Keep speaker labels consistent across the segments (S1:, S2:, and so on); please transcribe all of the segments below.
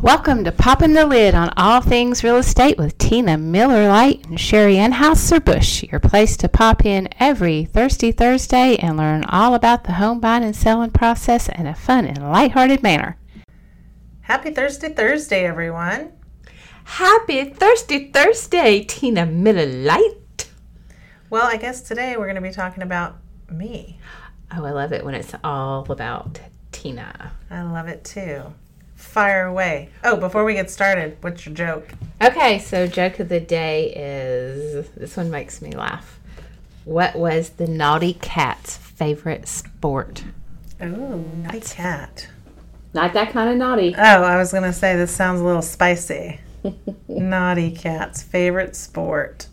S1: Welcome to Popping the Lid on All Things Real Estate with Tina Miller Light and Sherry Anhauser Bush, your place to pop in every Thirsty Thursday and learn all about the home buying and selling process in a fun and lighthearted manner.
S2: Happy Thursday, Thursday, everyone.
S3: Happy Thirsty Thursday, Tina Miller Light.
S2: Well, I guess today we're going to be talking about me.
S3: Oh, I love it when it's all about Tina.
S2: I love it too. Fire away. Oh, before we get started, what's your joke?
S3: Okay, so joke of the day is this one makes me laugh. What was the naughty cat's favorite sport?
S2: Ooh, nice cat.
S3: Not that kind of naughty.
S2: Oh, I was going to say this sounds a little spicy. Naughty cat's favorite sport.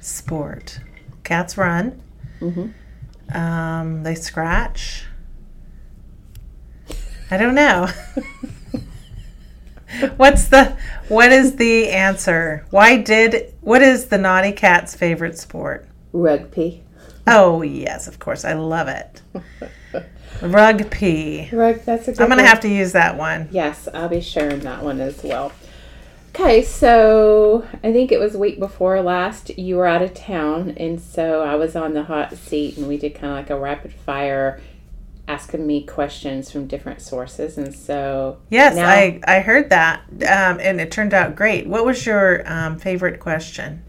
S2: Sport. Cats run. Um, they scratch. I don't know. What's the what is the answer? Why did what is the naughty cat's favorite sport?
S3: Rugby.
S2: Oh yes, of course. I love it. Rugby.
S3: Rug, that's a good
S2: I'm gonna have to use that one.
S3: Yes, I'll be sharing that one as well. Okay, so I think it was week before last you were out of town, and so I was on the hot seat, and we did kind of like a rapid fire, asking me questions from different sources, and so
S2: Yes,
S3: Now-
S2: I I heard that, um, and it turned out great. What was your um, favorite question,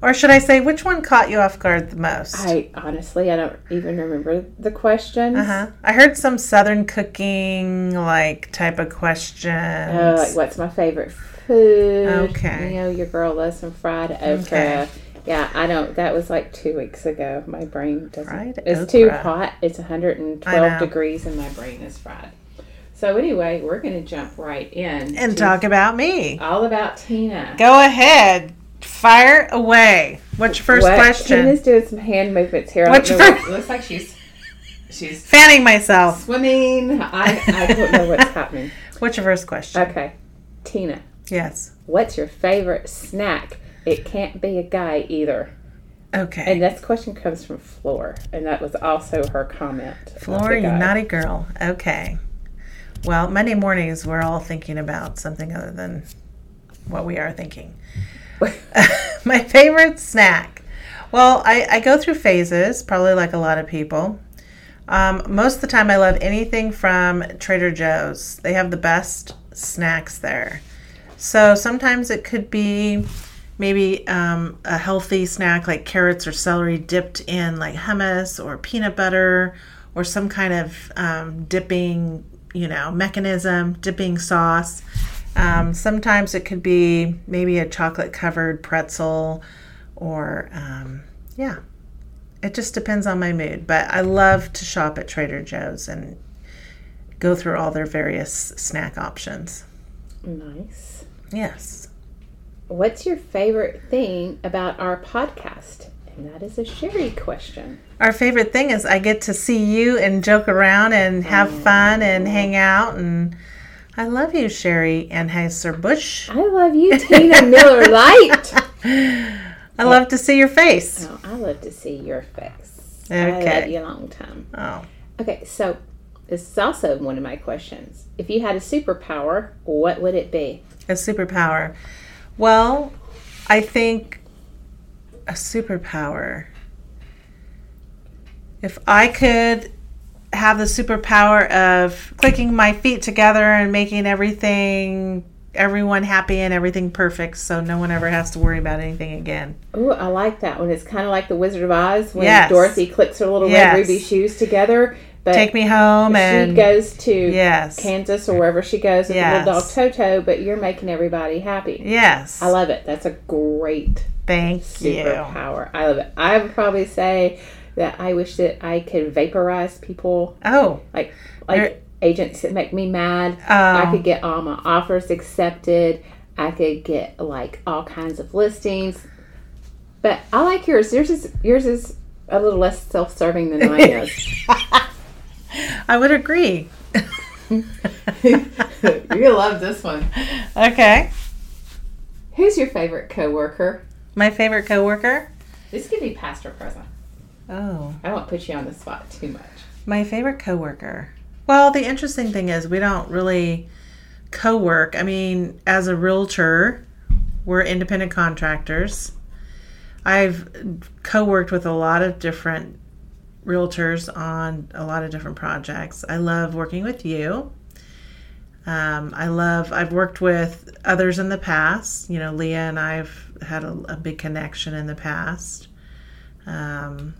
S2: or should I say, which one caught you off guard the most?
S3: I honestly I don't even remember the questions.
S2: uh-huh. I heard some Southern cooking like type of questions.
S3: Oh, like what's my favorite food?
S2: Okay.
S3: you know your girl loves some fried okra.
S2: Okay.
S3: Yeah, I don't. That was like two weeks ago. My brain doesn't.
S2: Fried
S3: it's too
S2: okra.
S3: hot. It's
S2: I know.
S3: 112 degrees, and my brain is fried. So anyway, we're gonna jump right in
S2: and
S3: to
S2: talk about me.
S3: all about Tina.
S2: Go ahead, fire away. What's your first
S3: What-
S2: question?
S3: Tina's doing some hand movements here. I
S2: What's
S3: don't know
S2: your-
S3: what- looks like she's she's
S2: Fanning myself.
S3: swimming. I I don't know what's happening.
S2: What's your first question?
S3: Okay, Tina,
S2: Yes.
S3: what's your favorite snack? It can't be a guy either.
S2: Okay.
S3: And this question comes from Floor, and that was also her comment. about
S2: Flora,
S3: the
S2: you
S3: guy.
S2: naughty girl. Okay. Well, Monday mornings, we're all thinking about something other than what we are thinking. My favorite snack. Well, I, I go through phases, probably like a lot of people. Um, most of the time, I love anything from Trader Joe's. They have the best snacks there. So sometimes it could be maybe um, a healthy snack like carrots or celery dipped in like hummus or peanut butter or some kind of um, dipping, you know, mechanism, dipping sauce. Um, sometimes it could be maybe a chocolate covered pretzel or, um, yeah, it just depends on my mood. But I love to shop at Trader Joe's and go through all their various snack options.
S3: Nice.
S2: Yes.
S3: What's your favorite thing about our podcast? And that is a Sherry question.
S2: Our favorite thing is I get to see you and joke around and have fun and hang out and I love you, Sherry and Heiser Bush.
S3: I love you, Tina Miller Light.
S2: I love to see your face.
S3: Oh, I love to see your face. I love
S2: Okay.
S3: you a long time.
S2: Oh.
S3: Okay, so this is also one of my questions. If you had a superpower, what would it be?
S2: A superpower. Well, I think a superpower. If I could have the superpower of clicking my feet together and making everything, everyone happy and everything perfect so no one ever has to worry about anything again.
S3: Oh, I like that one. It's kind of like the Wizard of Oz when
S2: Yes.
S3: Dorothy clicks her little
S2: Yes.
S3: red ruby shoes together. But
S2: Take me home
S3: she
S2: and.
S3: goes to
S2: Yes.
S3: Kansas or wherever she goes with
S2: Yes.
S3: the little dog Toto, but you're making everybody happy.
S2: Yes.
S3: I love it. That's a great
S2: Thank you.
S3: superpower. I love it. I would probably say that I wish that I could vaporize people
S2: Oh,
S3: like like
S2: You're-
S3: agents that make me mad. I
S2: um,
S3: could get all my offers accepted. I could get like all kinds of listings. But I like yours. Yours is yours is a little less self serving than mine is.
S2: I would agree.
S3: You're gonna love this one.
S2: Okay.
S3: Who's your favorite coworker?
S2: My favorite coworker.
S3: This could be past or present.
S2: Oh.
S3: I won't put you on the spot too much.
S2: My favorite coworker. Well, the interesting thing is we don't really co work. I mean, as a realtor, we're independent contractors. I've co worked with a lot of different realtors on a lot of different projects. I love working with you. Um, I love, I've worked with others in the past. You know, Leah and I've had a, a big connection in the past. Um,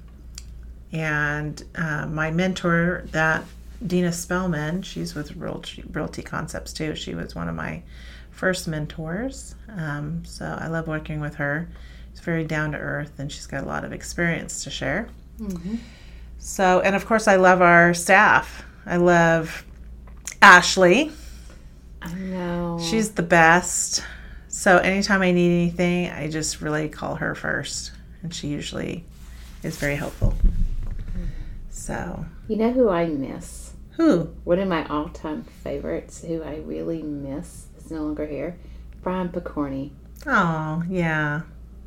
S2: and uh, my mentor, that Dina Spellman, she's with Realty, Realty Concepts too. She was one of my first mentors. Um, so I love working with her. She's very down to earth and she's got a lot of experience to share. Mm-hmm. So, and of course, I love our staff. I love Ashley.
S3: I know.
S2: She's the best. So, anytime I need anything, I just really call her first, and she usually is very helpful. So,
S3: you know who I miss?
S2: who?
S3: One of my all time favorites who I really miss is no longer here Brian Picorni.
S2: Oh, yeah.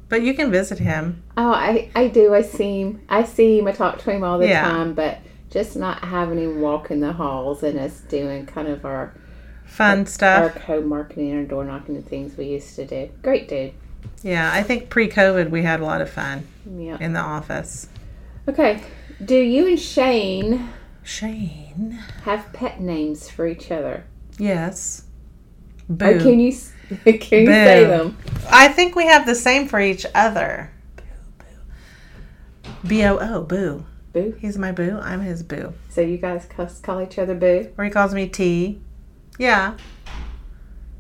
S2: But you can visit him.
S3: Oh, I, I do. I see him. I see him. I talk to him all the
S2: Yeah.
S3: time, but just not having him walk in the halls and us doing kind of our,
S2: Fun
S3: our
S2: stuff.
S3: co marketing or door knocking and things we used to do. Great dude.
S2: Yeah, I think pre COVID we had a lot of fun
S3: Yeah.
S2: in the office.
S3: Okay. Do you and Shane
S2: Shane.
S3: have pet names for each other?
S2: Yes. Boo.
S3: Or can you s- can you say
S2: Boo.
S3: them?
S2: I think we have the same for each other. Boo, boo. B O O, boo.
S3: Boo.
S2: He's my boo. I'm his boo.
S3: So you guys cuss, call each other boo.
S2: Or he calls me T. Yeah.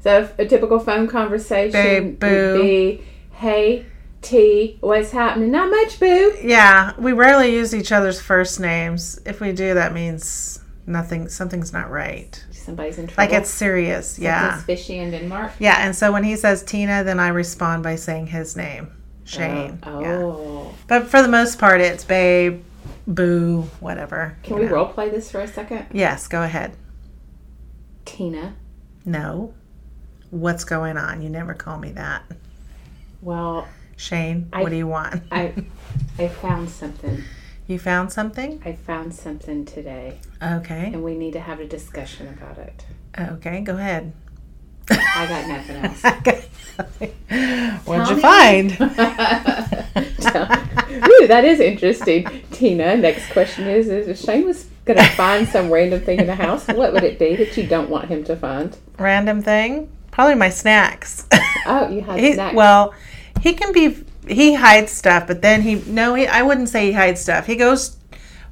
S3: So if a typical phone conversation
S2: Babe, boo.
S3: would be, "Hey, T, what's happening? Not much, boo."
S2: Yeah. We rarely use each other's first names. If we do, that means nothing, something's not right.
S3: Somebody's in
S2: Like
S3: trouble.
S2: it's serious. Yeah.
S3: Something's fishy in Denmark.
S2: Yeah. And so when he says Tina, then I respond by saying his name, Shane.
S3: Oh,
S2: Yeah.
S3: oh.
S2: But for the most part, it's babe, boo, whatever.
S3: can
S2: you
S3: we
S2: know.
S3: role play this for a second?
S2: Yes. Go ahead.
S3: Tina.
S2: No. What's going on? You never call me that.
S3: Well,
S2: Shane,
S3: I-
S2: what do you want?
S3: I I found something.
S2: You found something?
S3: I found something today,
S2: Okay.
S3: and we need to have a discussion about it.
S2: Okay, go ahead.
S3: I got nothing else.
S2: What'd
S3: Tell
S2: you
S3: me.
S2: find?
S3: Ooh, that is interesting. Tina, next question is, is if Shane was going to find some random thing in the house, what would it be that you don't want him to find?
S2: Random thing? Probably my snacks.
S3: Oh, you had
S2: He-
S3: snacks.
S2: well, he can be he hides stuff, but then he no, he, I wouldn't say he hides stuff. He goes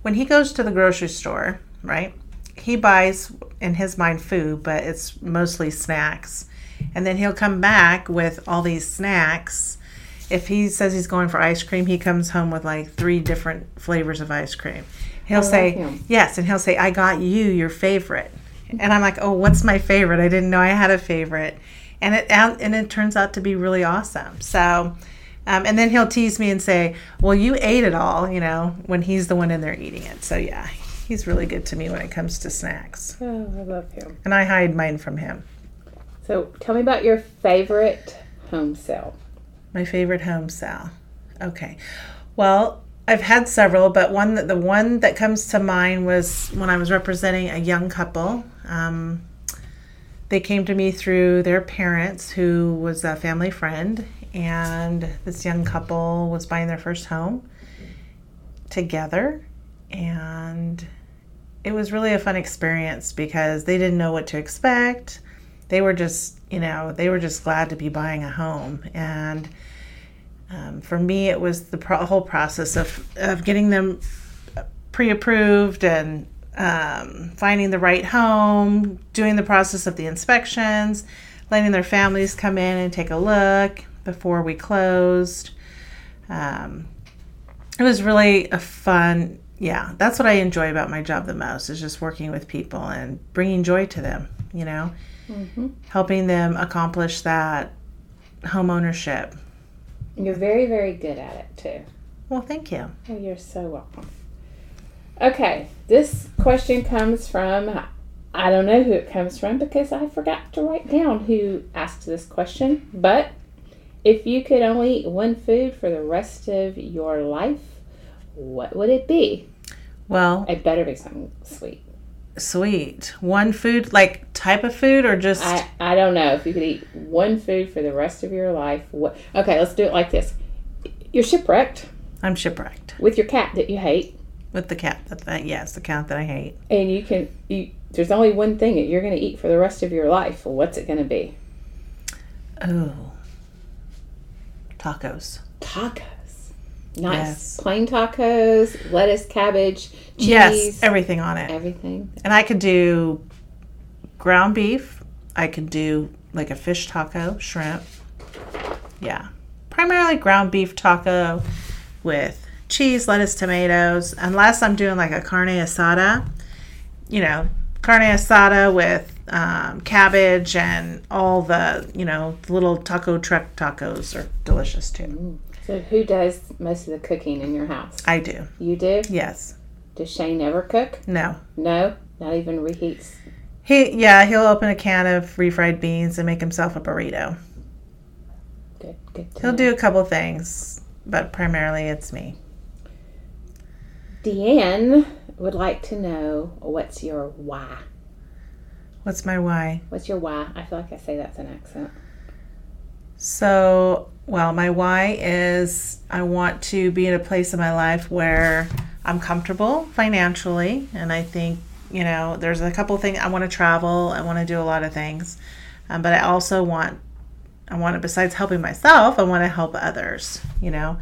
S2: when he goes to the grocery store, right? He buys in his mind food, but it's mostly snacks. And then he'll come back with all these snacks. If he says he's going for ice cream, he comes home with like three different flavors of ice cream. He'll say,
S3: him.
S2: "Yes," and he'll say, "I got you your favorite." And I'm like, "Oh, what's my favorite? I didn't know I had a favorite." And it and and it turns out to be really awesome. So, um, and then he'll tease me and say, "Well, you ate it all," you know, when he's the one in there eating it. So yeah, he's really good to me when it comes to snacks,
S3: oh, I love him.
S2: and I hide mine from him.
S3: So tell me about your favorite home sale.
S2: My favorite home sale. Okay. Well, I've had several, but one that the one that comes to mind was when I was representing a young couple. Um, they came to me through their parents, who was a family friend, and this young couple was buying their first home together, and it was really a fun experience because they didn't know what to expect. They were just, you know, they were just glad to be buying a home. And um, for me, it was the pro- whole process of, of getting them pre approved and um, finding the right home, doing the process of the inspections, letting their families come in and take a look before we closed. Um, it was really a fun yeah that's what i enjoy about my job the most is just working with people and bringing joy to them you know helping them accomplish that home ownership
S3: You're very, very good at it, too.
S2: well thank you
S3: Oh, you're so welcome. Okay, this question comes from I don't know who it comes from because I forgot to write down who asked this question. But if you could only eat one food for the rest of your life, what would it be?
S2: well
S3: It better be something sweet.
S2: sweet one food like type of food or just
S3: I, I don't know if you could eat one food for the rest of your life. What? Okay, let's do it like this. You're shipwrecked
S2: I'm shipwrecked
S3: with your cat that you hate,
S2: with the cat that, that yeah, it's the cat that I hate.
S3: and you can. You, there's only one thing that you're going to eat for the rest of your life. What's it going to be?
S2: Oh. Tacos.
S3: Tacos. Nice
S2: Yes.
S3: plain tacos, lettuce, cabbage, cheese,
S2: Yes, everything on it.
S3: everything.
S2: And I could do ground beef. I could do like a fish taco, shrimp. Yeah. Primarily ground beef taco with cheese, lettuce, tomatoes. Unless I'm doing like a carne asada, you know, carne asada with um, cabbage and all the, you know, little taco truck tacos are delicious too.
S3: So, who does most of the cooking in your house?
S2: I do.
S3: You do.
S2: Yes.
S3: Does Shane ever cook?
S2: No.
S3: No, not even reheats.
S2: He, yeah, he'll open a can of refried beans and make himself a burrito.
S3: Good, good. to
S2: He'll
S3: know.
S2: do a couple things, but primarily it's me.
S3: Deanne would like to know what's your why.
S2: What's my why?
S3: What's your why? I feel like I say that's an accent.
S2: So, well, my why is I want to be in a place in my life where I'm comfortable financially, and I think you know there's a couple things I want to travel. I want to do a lot of things, um, but I also want I want to besides helping myself, I want to help others. You know.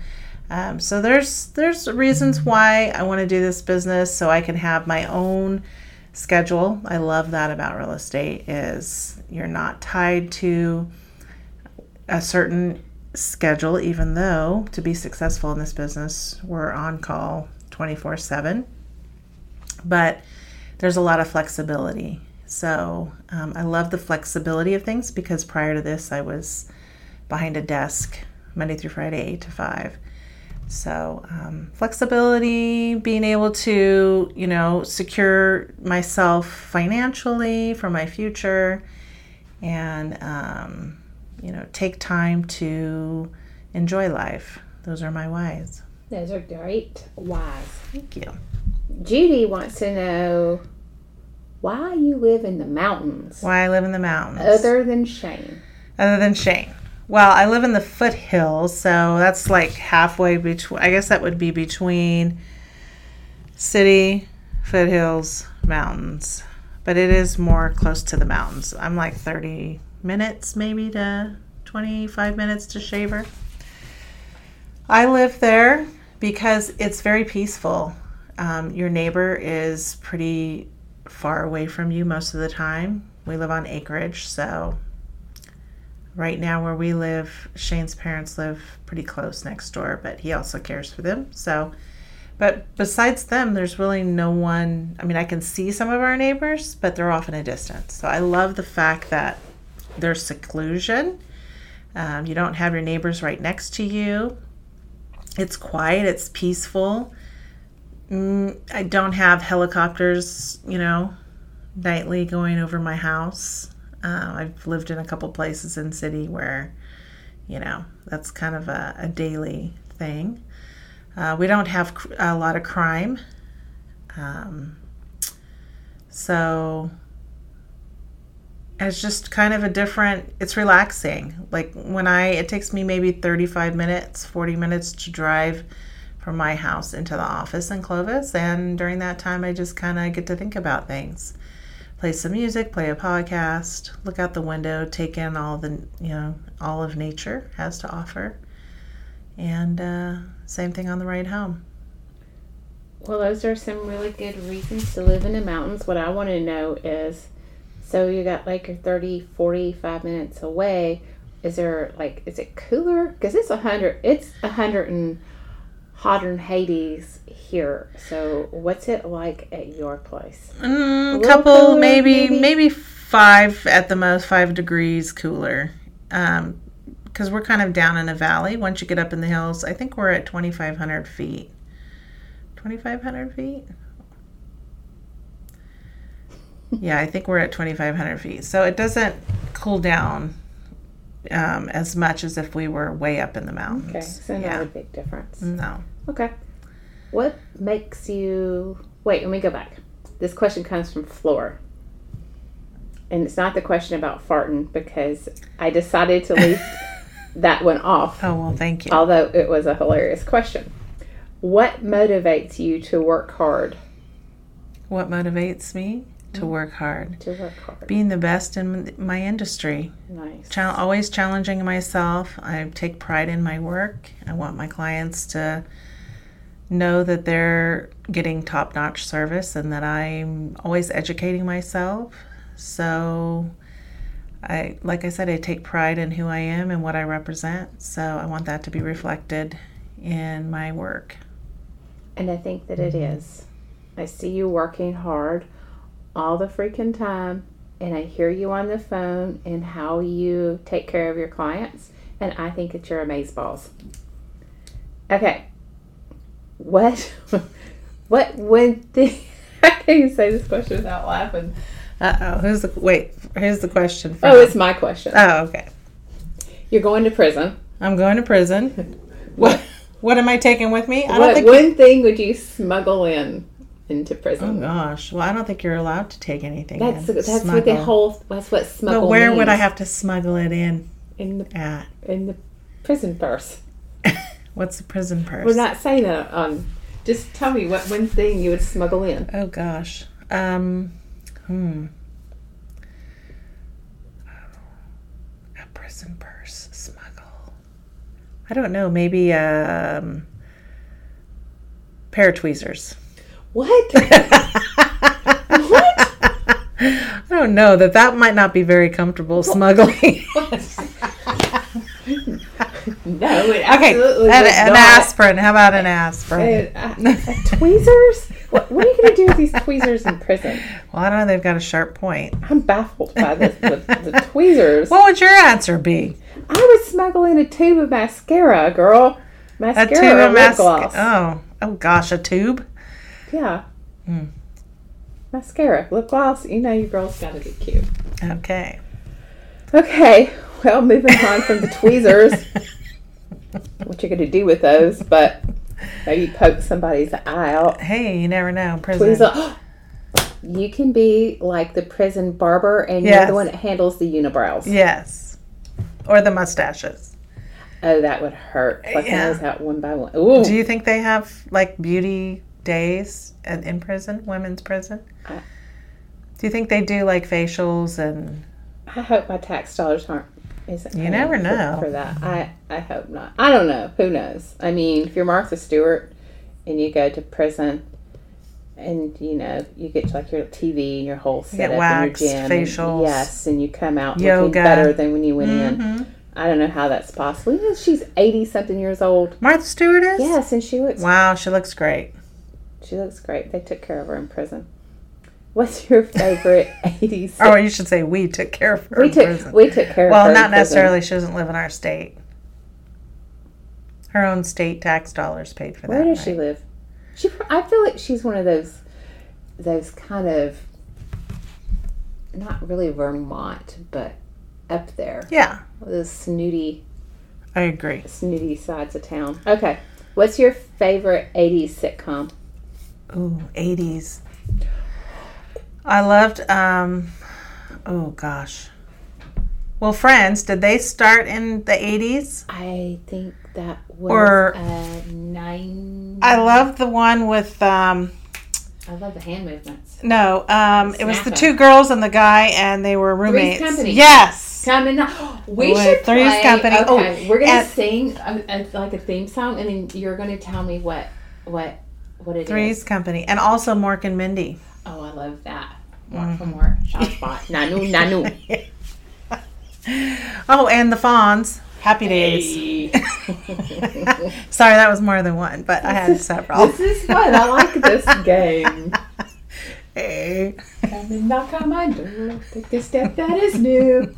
S2: Um, so there's there's reasons why I want to do this business so I can have my own schedule. I love that about real estate is you're not tied to a certain schedule, even though to be successful in this business, we're on call 24 7. But there's a lot of flexibility. So um, I love the flexibility of things because prior to this, I was behind a desk Monday through Friday, 8 to 5. So, um, flexibility, being able to, you know, secure myself financially for my future, and um, you know take time to enjoy life those are my whys
S3: Those are great whys.
S2: thank you
S3: Judy wants to know why you live in the mountains
S2: why i live in the mountains
S3: other than Shane.
S2: other than shane well i live in the foothills so that's like halfway between i guess that would be between city foothills mountains but it is more close to the mountains i'm like 30 minutes maybe to 25 minutes to shaver I live there because it's very peaceful. Um, your neighbor is pretty far away from you most of the time. We live on acreage, so right now where we live, Shane's parents live pretty close next door, but he also cares for them. So, but besides them, there's really no one. I mean, I can see some of our neighbors, but they're off in a distance. So I love the fact that there's seclusion. Um, you don't have your neighbors right next to you. It's quiet, it's peaceful. Mm, I don't have helicopters, you know, nightly going over my house. Uh, I've lived in a couple places in city where, you know, that's kind of a, a daily thing. Uh, we don't have cr- a lot of crime. Um, so it's just kind of a different it's relaxing like when i it takes me maybe 35 minutes 40 minutes to drive from my house into the office in clovis and during that time i just kind of get to think about things play some music play a podcast look out the window take in all the you know all of nature has to offer and uh, same thing on the ride home
S3: Well, those are some really good reasons to live in the mountains. What I want to know is so you got like your 30, 45 minutes away. Is there like, is it cooler? Because it's 100, it's 100 and hotter than Hades here. So what's it like at your place?
S2: Mm,
S3: little
S2: couple,
S3: cooler,
S2: maybe,
S3: maybe?
S2: maybe five at the most, five degrees cooler. Um, because we're kind of down in a valley. Once you get up in the hills, I think we're at twenty five hundred feet. Twenty five hundred feet. Yeah, I think we're at twenty five hundred feet. So it doesn't cool down um, as much as if we were way up in the mountains.
S3: Okay, so not a
S2: yeah.
S3: big difference.
S2: No.
S3: Okay. What makes you. Wait, let me go back. This question comes from Floor. and it's not the question about farting because I decided to leave that one off,
S2: Oh, well, thank you.
S3: although it was a hilarious question. What motivates you to work hard?
S2: What motivates me to
S3: Mm.
S2: work hard?
S3: To work hard.
S2: Being the best in my industry.
S3: Nice.
S2: Chal always challenging myself. I take pride in my work. I want my clients to know that they're getting top notch service and that I'm always educating myself. So, I, like I said, I take pride in who I am and what I represent. So, I want that to be reflected in my work.
S3: And I think that it
S2: Mm-hmm.
S3: is. I see you working hard all the freaking time, and I hear you on the phone and how you take care of your clients, and I think that you're amazeballs. Okay. What? what one thing? I can't even say this question without laughing.
S2: Uh oh. Who's the wait? Here's the question. For
S3: Oh, it's my question.
S2: oh, okay.
S3: You're going to prison.
S2: I'm going to prison. what? What am I taking with me? I don't
S3: What
S2: think.
S3: one thing would you smuggle in into prison?
S2: Oh gosh. Well, I don't think you're allowed to take anything.
S3: That's
S2: in.
S3: that's what the
S2: Smuggle.
S3: whole that's what smuggle.
S2: But where would I
S3: means
S2: have to smuggle it in
S3: in the
S2: at?
S3: in the prison purse?
S2: What's the prison purse?
S3: We're not saying that. Um, just tell me what one thing you would smuggle in.
S2: oh gosh. Um. Hmm. A prison purse smuggle. I don't know. Maybe um. Pair of tweezers.
S3: What?
S2: I don't know that that might not be very comfortable smuggling.
S3: no, it
S2: Okay,
S3: absolutely
S2: an,
S3: would
S2: an
S3: not.
S2: aspirin. How about an aspirin?
S3: Uh, uh, tweezers? What, what are you going to do with these tweezers in prison?
S2: Well, I don't know. They've got a sharp point.
S3: I'm baffled by this. The, the tweezers.
S2: What would your answer be?
S3: I would smuggle in a tube of mascara, girl.
S2: A
S3: Mascara
S2: tube
S3: or
S2: of
S3: lip
S2: mascara.
S3: gloss.
S2: Oh, oh gosh, a tube.
S3: Yeah.
S2: Hmm.
S3: Mascara, lip gloss. You know your girl's got to be cute.
S2: Okay.
S3: Okay, well, moving on from the tweezers, what you're going to do with those, but maybe poke somebody's eye out.
S2: Hey, you never know. Prison.
S3: Tweezers. you can be like the prison barber, and you're
S2: Yes.
S3: the one that handles the unibrows.
S2: Yes. Or the mustaches.
S3: Oh, that would hurt. Plucking
S2: Yeah.
S3: those out one by one. Ooh,
S2: Do you think they have like beauty days at, in prison, women's prison?
S3: I-
S2: Do you think they do like facials and?
S3: I hope my tax dollars aren't. Isn't
S2: You
S3: paying
S2: never
S3: for-
S2: know.
S3: for that. I I hope not. I don't know. Who knows? I mean, if you're Martha Stewart and you go to prison, and you know you get like your TV and your whole
S2: get
S3: setup
S2: waxed,
S3: and your gym, and-
S2: facials,
S3: yes, and you come out looking
S2: yoga.
S3: better than when you went in.
S2: Mhm.
S3: I don't know how that's possible. You know, she's eighty something years old.
S2: Martha Stewart is.
S3: Yes, and she looks
S2: Wow, she looks great.
S3: she looks great. They took care of her in prison. What's your favorite eighties?
S2: Or you should say we took care of her.
S3: we
S2: in
S3: took
S2: prison.
S3: we took care of her.
S2: Well,
S3: in
S2: not
S3: prison.
S2: necessarily. She doesn't live in our state. Her own state tax dollars paid for
S3: Where
S2: that.
S3: does she
S2: right?
S3: live? She, I feel like she's one of those, those kind of, not really Vermont, but up there,
S2: Yeah,
S3: those snooty,
S2: I agree.
S3: snooty sides of town. Okay, what's your favorite '80s sitcom?
S2: Ooh, eighties. I loved. um Oh gosh. Well, Friends. Did they start in the eighties?
S3: I think that was
S2: Or-
S3: uh, nine.
S2: I loved the one with. um
S3: I love the hand movements.
S2: No, um it was the
S3: Snapper.
S2: two girls and the guy, and they were roommates.
S3: Company.
S2: Yes.
S3: Coming up, we
S2: With
S3: should
S2: Three's
S3: play.
S2: Company.
S3: Okay,
S2: Oh,
S3: we're gonna
S2: and-
S3: sing a, a, like a theme song, and then you're gonna tell me what what what it is.
S2: Three's Company, and also Mork and Mindy.
S3: Oh, I love that. More for more. Shot spot. Nanu, nanu.
S2: Oh, and the Fawns. Happy Days.
S3: Hey.
S2: Sorry, that was more than one, but I had several.
S3: This is fun. I like this game.
S2: Hey.
S3: Come and knock on my door. Take a step that is new.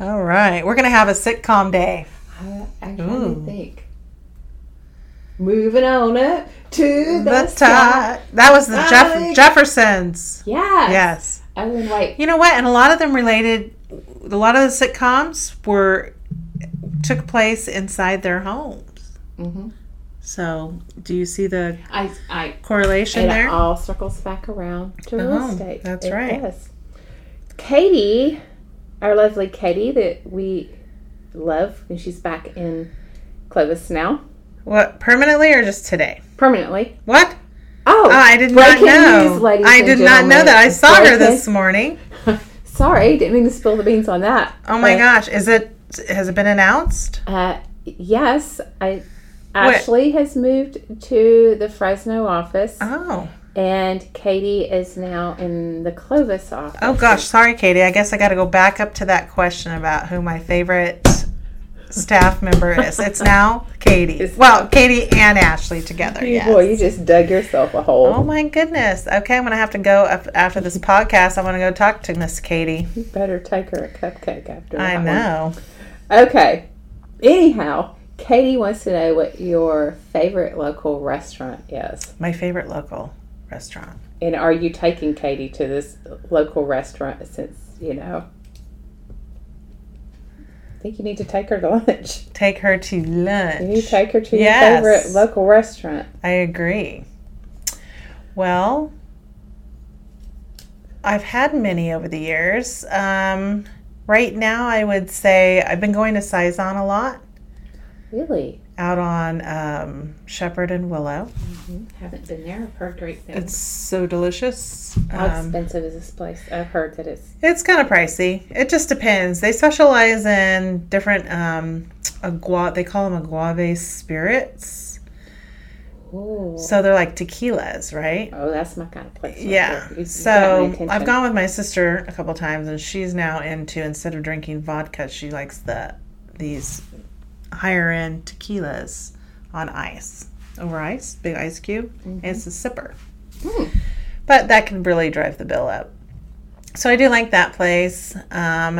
S2: All right, we're gonna have a sitcom day.
S3: I, I'm trying
S2: Ooh.
S3: to think. Moving on up to the,
S2: The
S3: top.
S2: time. That was the
S3: Bye.
S2: Jeff- Jeffersons.
S3: Yes.
S2: Yes.
S3: Ellen White.
S2: You know what? And a lot of them related. A lot of the sitcoms were took place inside their homes.
S3: hmm
S2: So, do you see the
S3: I, I,
S2: correlation
S3: it
S2: there?
S3: all circles back around to real
S2: Oh,
S3: estate.
S2: that's
S3: It
S2: right.
S3: does. Katie, our lovely Katie that we love, and she's back in Clovis now
S2: What permanently or just today?
S3: permanently.
S2: What?
S3: Oh,
S2: Oh, I did
S3: breaking
S2: not know.
S3: news, ladies
S2: I
S3: and
S2: did not know
S3: gentlemen.
S2: that. I saw her
S3: Breaking-
S2: this morning.
S3: Sorry, didn't mean to spill the beans on that.
S2: Oh my
S3: Uh,
S2: gosh, is it has it been announced?
S3: Uh, yes, I Ashley has moved to the Fresno office,
S2: Oh.
S3: and Katie is now in the Clovis office.
S2: Oh gosh, sorry Katie. I guess I got to go back up to that question about who my favorite staff member is. It's now Katie.
S3: It's-
S2: Well, Katie and Ashley together.
S3: You-
S2: Yes.
S3: Boy, you just dug yourself a hole.
S2: Oh my goodness. Okay, I'm going to have to go up after this podcast. I'm going to go talk to Miss Katie.
S3: You better take her a cupcake after that
S2: I
S3: one.
S2: know.
S3: Okay. Anyhow, Katie wants to know what your favorite local restaurant is.
S2: My favorite local restaurant.
S3: And are you taking Katie to this local restaurant since, you know, I think you need to take her to lunch.
S2: Take her to lunch.
S3: You need to take her to
S2: Yes.
S3: your favorite local restaurant.
S2: I agree. Well, I've had many over the years. Um, right now, I would say I've been going to Saison a lot
S3: Really?
S2: out on um, Shepherd and Willow.
S3: Haven't been there. I've heard great things.
S2: It's so delicious.
S3: How
S2: Um,
S3: expensive is this place? I've heard that it's
S2: it's kind of pricey. It just depends. They specialize in different um, agua. They call them aguave spirits.
S3: oh,
S2: So they're like tequilas, right?
S3: oh, that's my kind of place. right
S2: Yeah.
S3: there. You- you got my
S2: So
S3: attention.
S2: I've gone with my sister a couple times, and she's now into instead of drinking vodka, she likes the these higher end tequilas on ice over ice, big ice cube. And it's a sipper,
S3: Mm-hmm. Hmm.
S2: but that can really drive the bill up. So I do like that place. Um,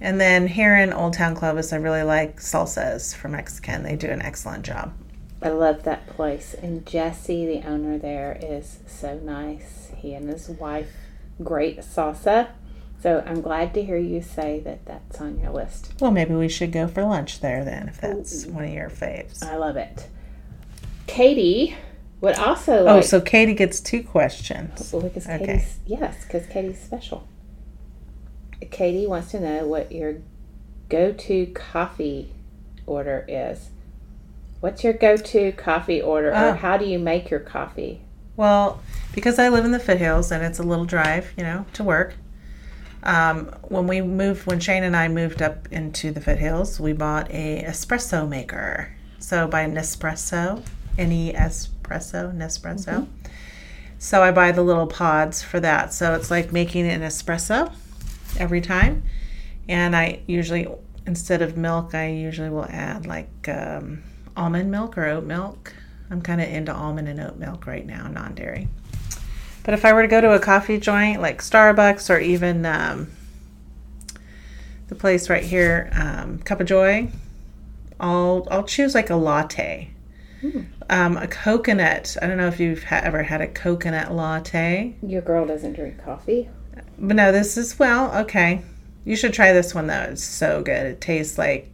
S2: and then here in Old Town Clovis, I really like Salsas for Mexican. They do an excellent job.
S3: I love that place. And Jesse, the owner there, is so nice. He and his wife, great salsa. So I'm glad to hear you say that that's on your list.
S2: Well, maybe we should go for lunch there then, if that's one of your faves.
S3: I love it. Katie would also
S2: Oh,
S3: like.
S2: so Katie gets two questions.
S3: well, because
S2: okay.
S3: Katie's, yes, because Katie's special. Katie wants to know what your go to coffee order is. What's your go to coffee order,
S2: Oh.
S3: or how do you make your coffee?
S2: Well, because I live in the foothills and it's a little drive, you know, to work. Um, when we moved, when Shane and I moved up into the foothills, we bought a espresso maker. So by Nespresso, N E espresso, Nespresso. So I buy the little pods for that. So it's like making an espresso every time. And I usually, instead of milk, I usually will add like um, almond milk or oat milk. I'm kind of into almond and oat milk right now, non dairy. But if I were to go to a coffee joint like Starbucks or even um, the place right here, um, Cup of Joy, I'll I'll choose like a latte, um, a coconut. I don't know if you've ha- ever had a coconut latte,
S3: Your girl doesn't drink coffee.
S2: but no, this is well okay. You should try this one though. It's so good. It tastes like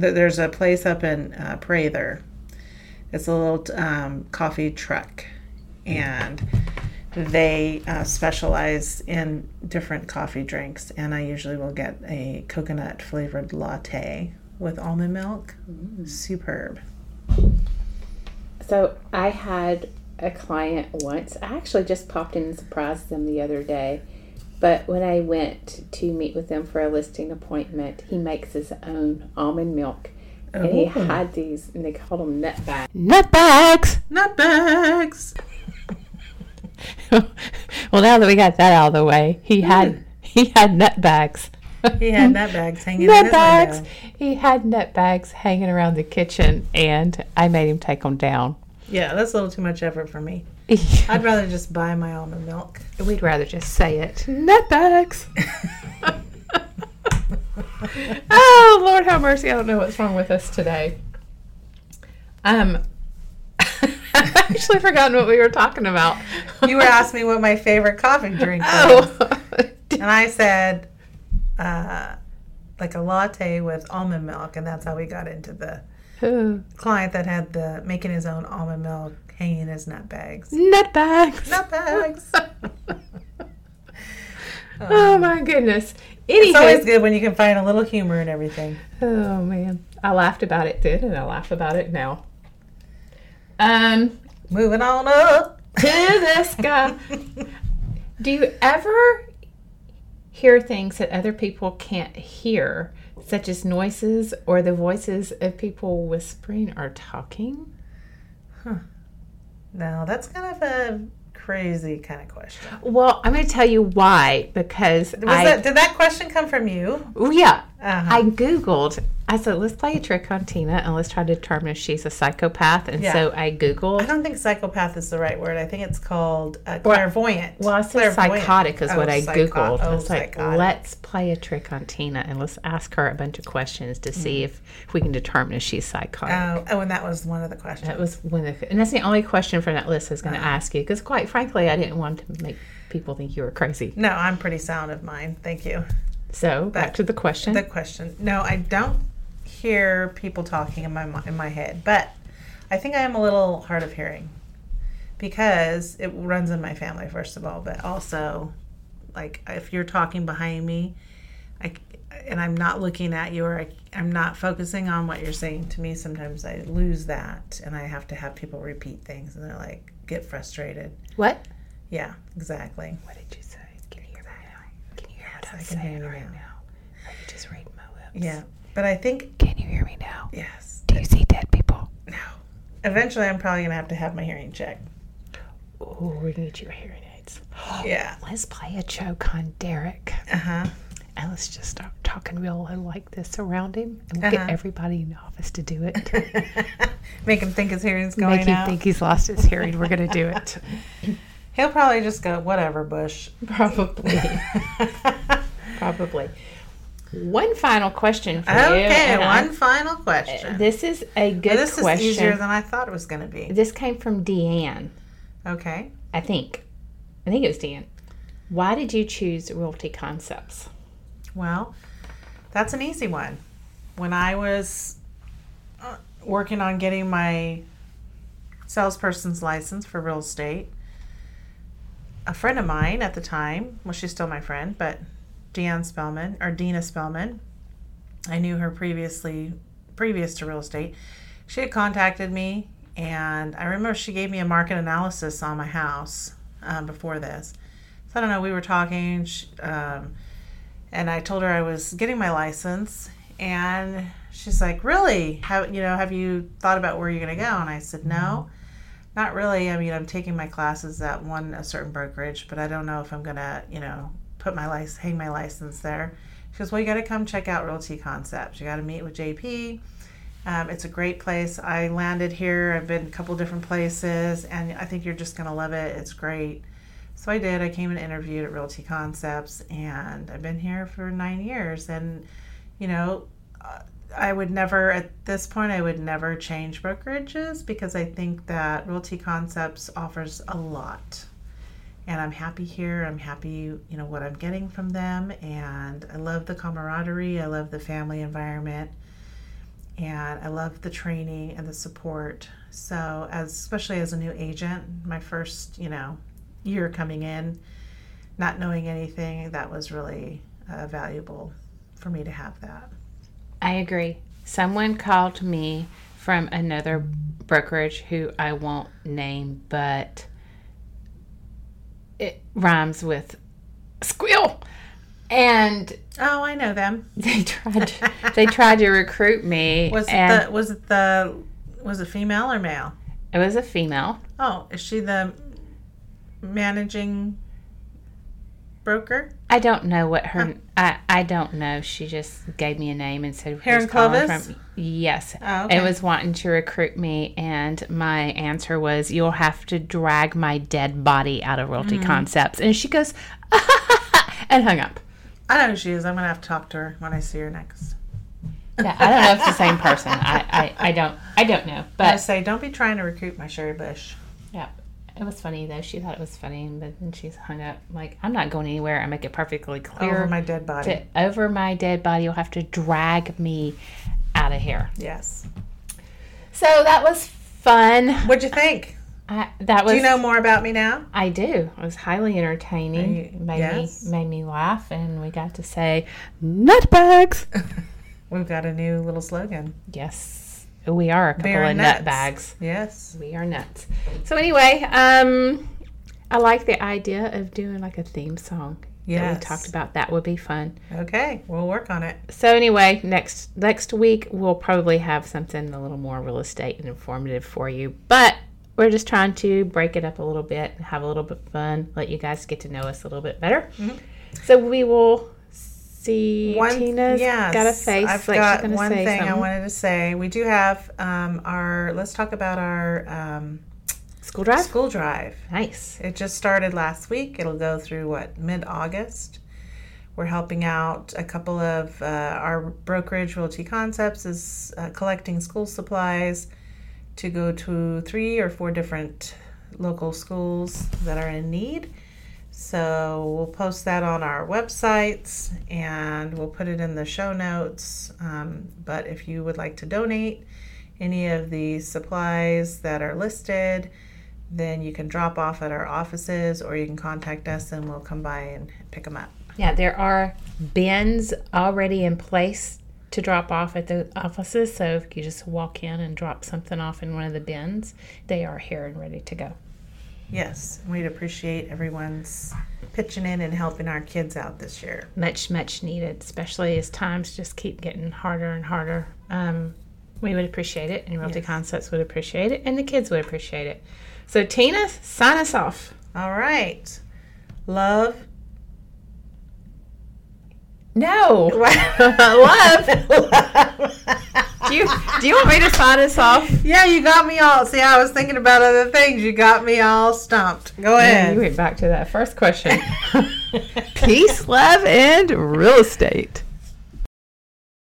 S2: th- there's a place up in uh, Prather. It's a little um, coffee truck, and they uh, specialize in different coffee drinks. And I usually will get a coconut flavored latte with almond milk. Superb.
S3: So I had a client once. I actually just popped in and surprised them the other day. But when I went to meet with them for a listing appointment, he makes his own almond milk. And he had these, and they called them nut bags.
S1: Oh. Nut bags.
S2: Nut bags.
S1: well, now that we got that out of the way,
S3: Mm.
S1: he had he had nut bags.
S2: He had nut bags hanging in
S1: nut
S2: his
S1: bags.
S2: window.
S1: He had nut bags hanging around the kitchen, and I made him take them down.
S2: Yeah, that's a little too much effort for me. I'd rather just buy my almond milk.
S1: We'd rather just say it. Nut bags. oh Lord, have mercy! I don't know what's wrong with us today. Um, I've actually forgotten what we were talking about.
S2: You were asking me what my favorite coffee drink was.
S1: Oh,
S2: And I said, uh, like a latte with almond milk. And that's how we got into the client that had the making his own almond milk hanging in his nut bags.
S1: nut bags.
S2: Nut bags.
S3: Oh my goodness.
S2: It's always
S3: Anywho,
S2: good when you can find a little humor in everything.
S3: oh man, I laughed about it then, and I laugh about it now. Um,
S2: Moving on up.
S3: to the sky. Do you ever hear things that other people can't hear, such as noises or the voices of people whispering or talking?
S2: Now that's kind of a crazy kind of question.
S3: Well, I'm going to tell you why because
S2: Was
S3: I
S2: that, did that question come from you?
S3: Oh, yeah,
S2: Uh-huh.
S3: I googled. I said, let's play a trick on Tina and let's try to determine if she's a psychopath. And
S2: Yeah.
S3: so I
S2: I
S3: googled.
S2: don't think psychopath is the right word. I think it's called uh, clairvoyant.
S3: Well, I said
S2: Clairvoyant.
S3: psychotic is
S2: Oh,
S3: what I
S2: psycho-
S3: googled. I
S2: Oh,
S3: was like,
S2: psychotic.
S3: let's play a trick on Tina and let's ask her a bunch of questions to
S2: Mm.
S3: see if, if we can determine if she's psychotic.
S2: Oh, oh, and that was one of the questions.
S3: that was one of the, and that's the only question from that list I was going to
S2: Uh.
S3: ask you because, quite frankly, I didn't want to make people think you were crazy.
S2: no, I'm pretty sound of mine. Thank you.
S3: So back to the question.
S2: The question. No, I don't hear people talking in my mi- in my head, but I think I am a little hard of hearing because it runs in my family first of all, but also like if you're talking behind me, I c- and I'm not looking at you or I, I'm not focusing on what you're saying to me. Sometimes I lose that, and I have to have people repeat things, and they're like get frustrated.
S3: what?
S2: Yeah, exactly.
S3: What did you say? Can you hear me now? Can you hear what I'm
S2: I can
S3: saying
S2: hear you
S3: right
S2: now.
S3: now? Are you just reading my lips?
S2: Yeah, but I think
S1: Can you hear me now?
S2: yes.
S1: Do you see dead people?
S2: No. Eventually, I'm probably gonna have to have my hearing checked.
S3: Oh, we need your hearing aids.
S2: Yeah.
S1: Let's play a joke on Derek.
S2: Uh huh.
S1: And let's just start talking real low like this around him. And we'll get
S2: Uh-huh.
S1: everybody in the office to do it.
S2: Make him think his hearing's going
S1: Make him
S2: out.
S1: think he's lost his hearing. We're going to do it.
S2: He'll probably just go, whatever, Bush.
S3: Probably. Probably. One final question for you.
S2: okay.
S3: and I-
S2: One final question.
S3: This is a good
S2: this
S3: question.
S2: is easier than I thought it was gonna be.
S3: this came from Deanne,
S2: Okay.
S3: I think. I think it was Deanne. Why did you choose Realty Concepts?
S2: Well, that's an easy one. When I was uh, working on getting my salesperson's license for real estate, a friend of mine at the time, well, she's still my friend, but Deanne Spellman or Dina Spellman, I knew her previously, previous to real estate. She had contacted me, and I remember she gave me a market analysis on my house um, before this. So I don't know, we were talking. She, um, and I told her I was getting my license, and she's like, "Really? Have you know? Have you thought about where you're going to go?" And I said, "No, not really. I mean, I'm taking my classes at one a certain brokerage, but I don't know if I'm going to, you know, put my license, hang my license there." She goes, "Well, you got to come check out Realty Concepts. You got to meet with JP. Um, it's a great place. I landed here. I've been a couple different places, and I think you're just going to love it. It's great." So I did. I came and interviewed at Realty Concepts, and I've been here for nine years. And you know, uh, I would never at this point I would never change brokerages because I think that Realty Concepts offers a lot, and I'm happy here. I'm happy, you know, what I'm getting from them, and I love the camaraderie. I love the family environment and I love the training and the support. So, as especially as a new agent, my first, you know, year coming in, not knowing anything, that was really uh, valuable for me to have that.
S3: I agree. Someone called me from another brokerage who I won't name, but it rhymes with squeal. And
S2: Oh, I know them.
S3: they tried to, they tried to recruit me
S2: Was
S3: and
S2: it the was it the was it female or male?
S3: it was a female.
S2: Oh, is she the managing broker?
S3: I don't know what her I, I don't know. She just gave me a name and said
S2: Here
S3: who's
S2: in
S3: calling
S2: Clovis?
S3: from- Yes.
S2: Oh,
S3: It was wanting to recruit me, and my answer was, "You'll have to drag my dead body out of Realty
S2: Mm.
S3: Concepts." And she goes, and hung up.
S2: I know who she is. I'm gonna have to talk to her when I see her next.
S3: Yeah, I don't know if it's the same person. I, I, I don't I don't know.
S2: I
S3: But
S2: say, don't be trying to recruit my Sherry Bush.
S3: yeah, it was funny though. She thought it was funny, but then she's hung up. I'm like I'm not going anywhere. I make it perfectly clear
S2: Over Oh, my dead body.
S3: that over my dead body, you'll have to drag me out of here.
S2: Yes.
S3: So that was fun.
S2: What'd you think?
S3: I, that was
S2: Do you know more about me now?
S3: I do. It was highly entertaining.
S2: Are you-
S3: made
S2: yes?
S3: me made me laugh, and we got to say nutbags.
S2: We've got a new little slogan.
S3: yes, we are a couple
S2: Bare
S3: of
S2: nuts.
S3: nutbags.
S2: Yes.
S3: We are nuts. So anyway, um, I like the idea of doing like a theme song. that
S2: Yes.
S3: we talked about that would be fun.
S2: Okay, we'll work on it.
S3: So anyway, next next week we'll probably have something a little more real estate and informative for you. But we're just trying to break it up a little bit and have a little bit of fun, let you guys get to know us a little bit better. So we will see.
S2: One,
S3: Tina's
S2: yes,
S3: got a face
S2: I've
S3: like
S2: got
S3: she's gonna
S2: one
S3: say
S2: thing I
S3: something.
S2: wanted to say. We do have um, our. Let's talk about our um,
S3: School drive.
S2: school drive.
S3: Nice.
S2: It just started last week. It'll go through what mid August. We're helping out a couple of uh, our brokerage Realty Concepts is uh, collecting school supplies to go to three or four different local schools that are in need. So we'll post that on our websites and we'll put it in the show notes. Um, but if you would like to donate any of the supplies that are listed, then you can drop off at our offices or you can contact us and we'll come by and pick them up.
S3: Yeah, there are bins already in place to drop off at the offices. So if you just walk in and drop something off in one of the bins, they are here and ready to go.
S2: Yes, we'd appreciate everyone's pitching in and helping our kids out this year.
S3: much much needed especially as times just keep getting harder and harder um, we would appreciate it and realty concepts would appreciate it and the kids would appreciate it so tina sign us off
S2: All right. Love.
S3: no do you do you want me to sign us off
S2: Yeah, you got me all. See, I was thinking about other things. You got me all stumped. Go
S3: you
S2: ahead.
S3: went back to that first question peace love and real estate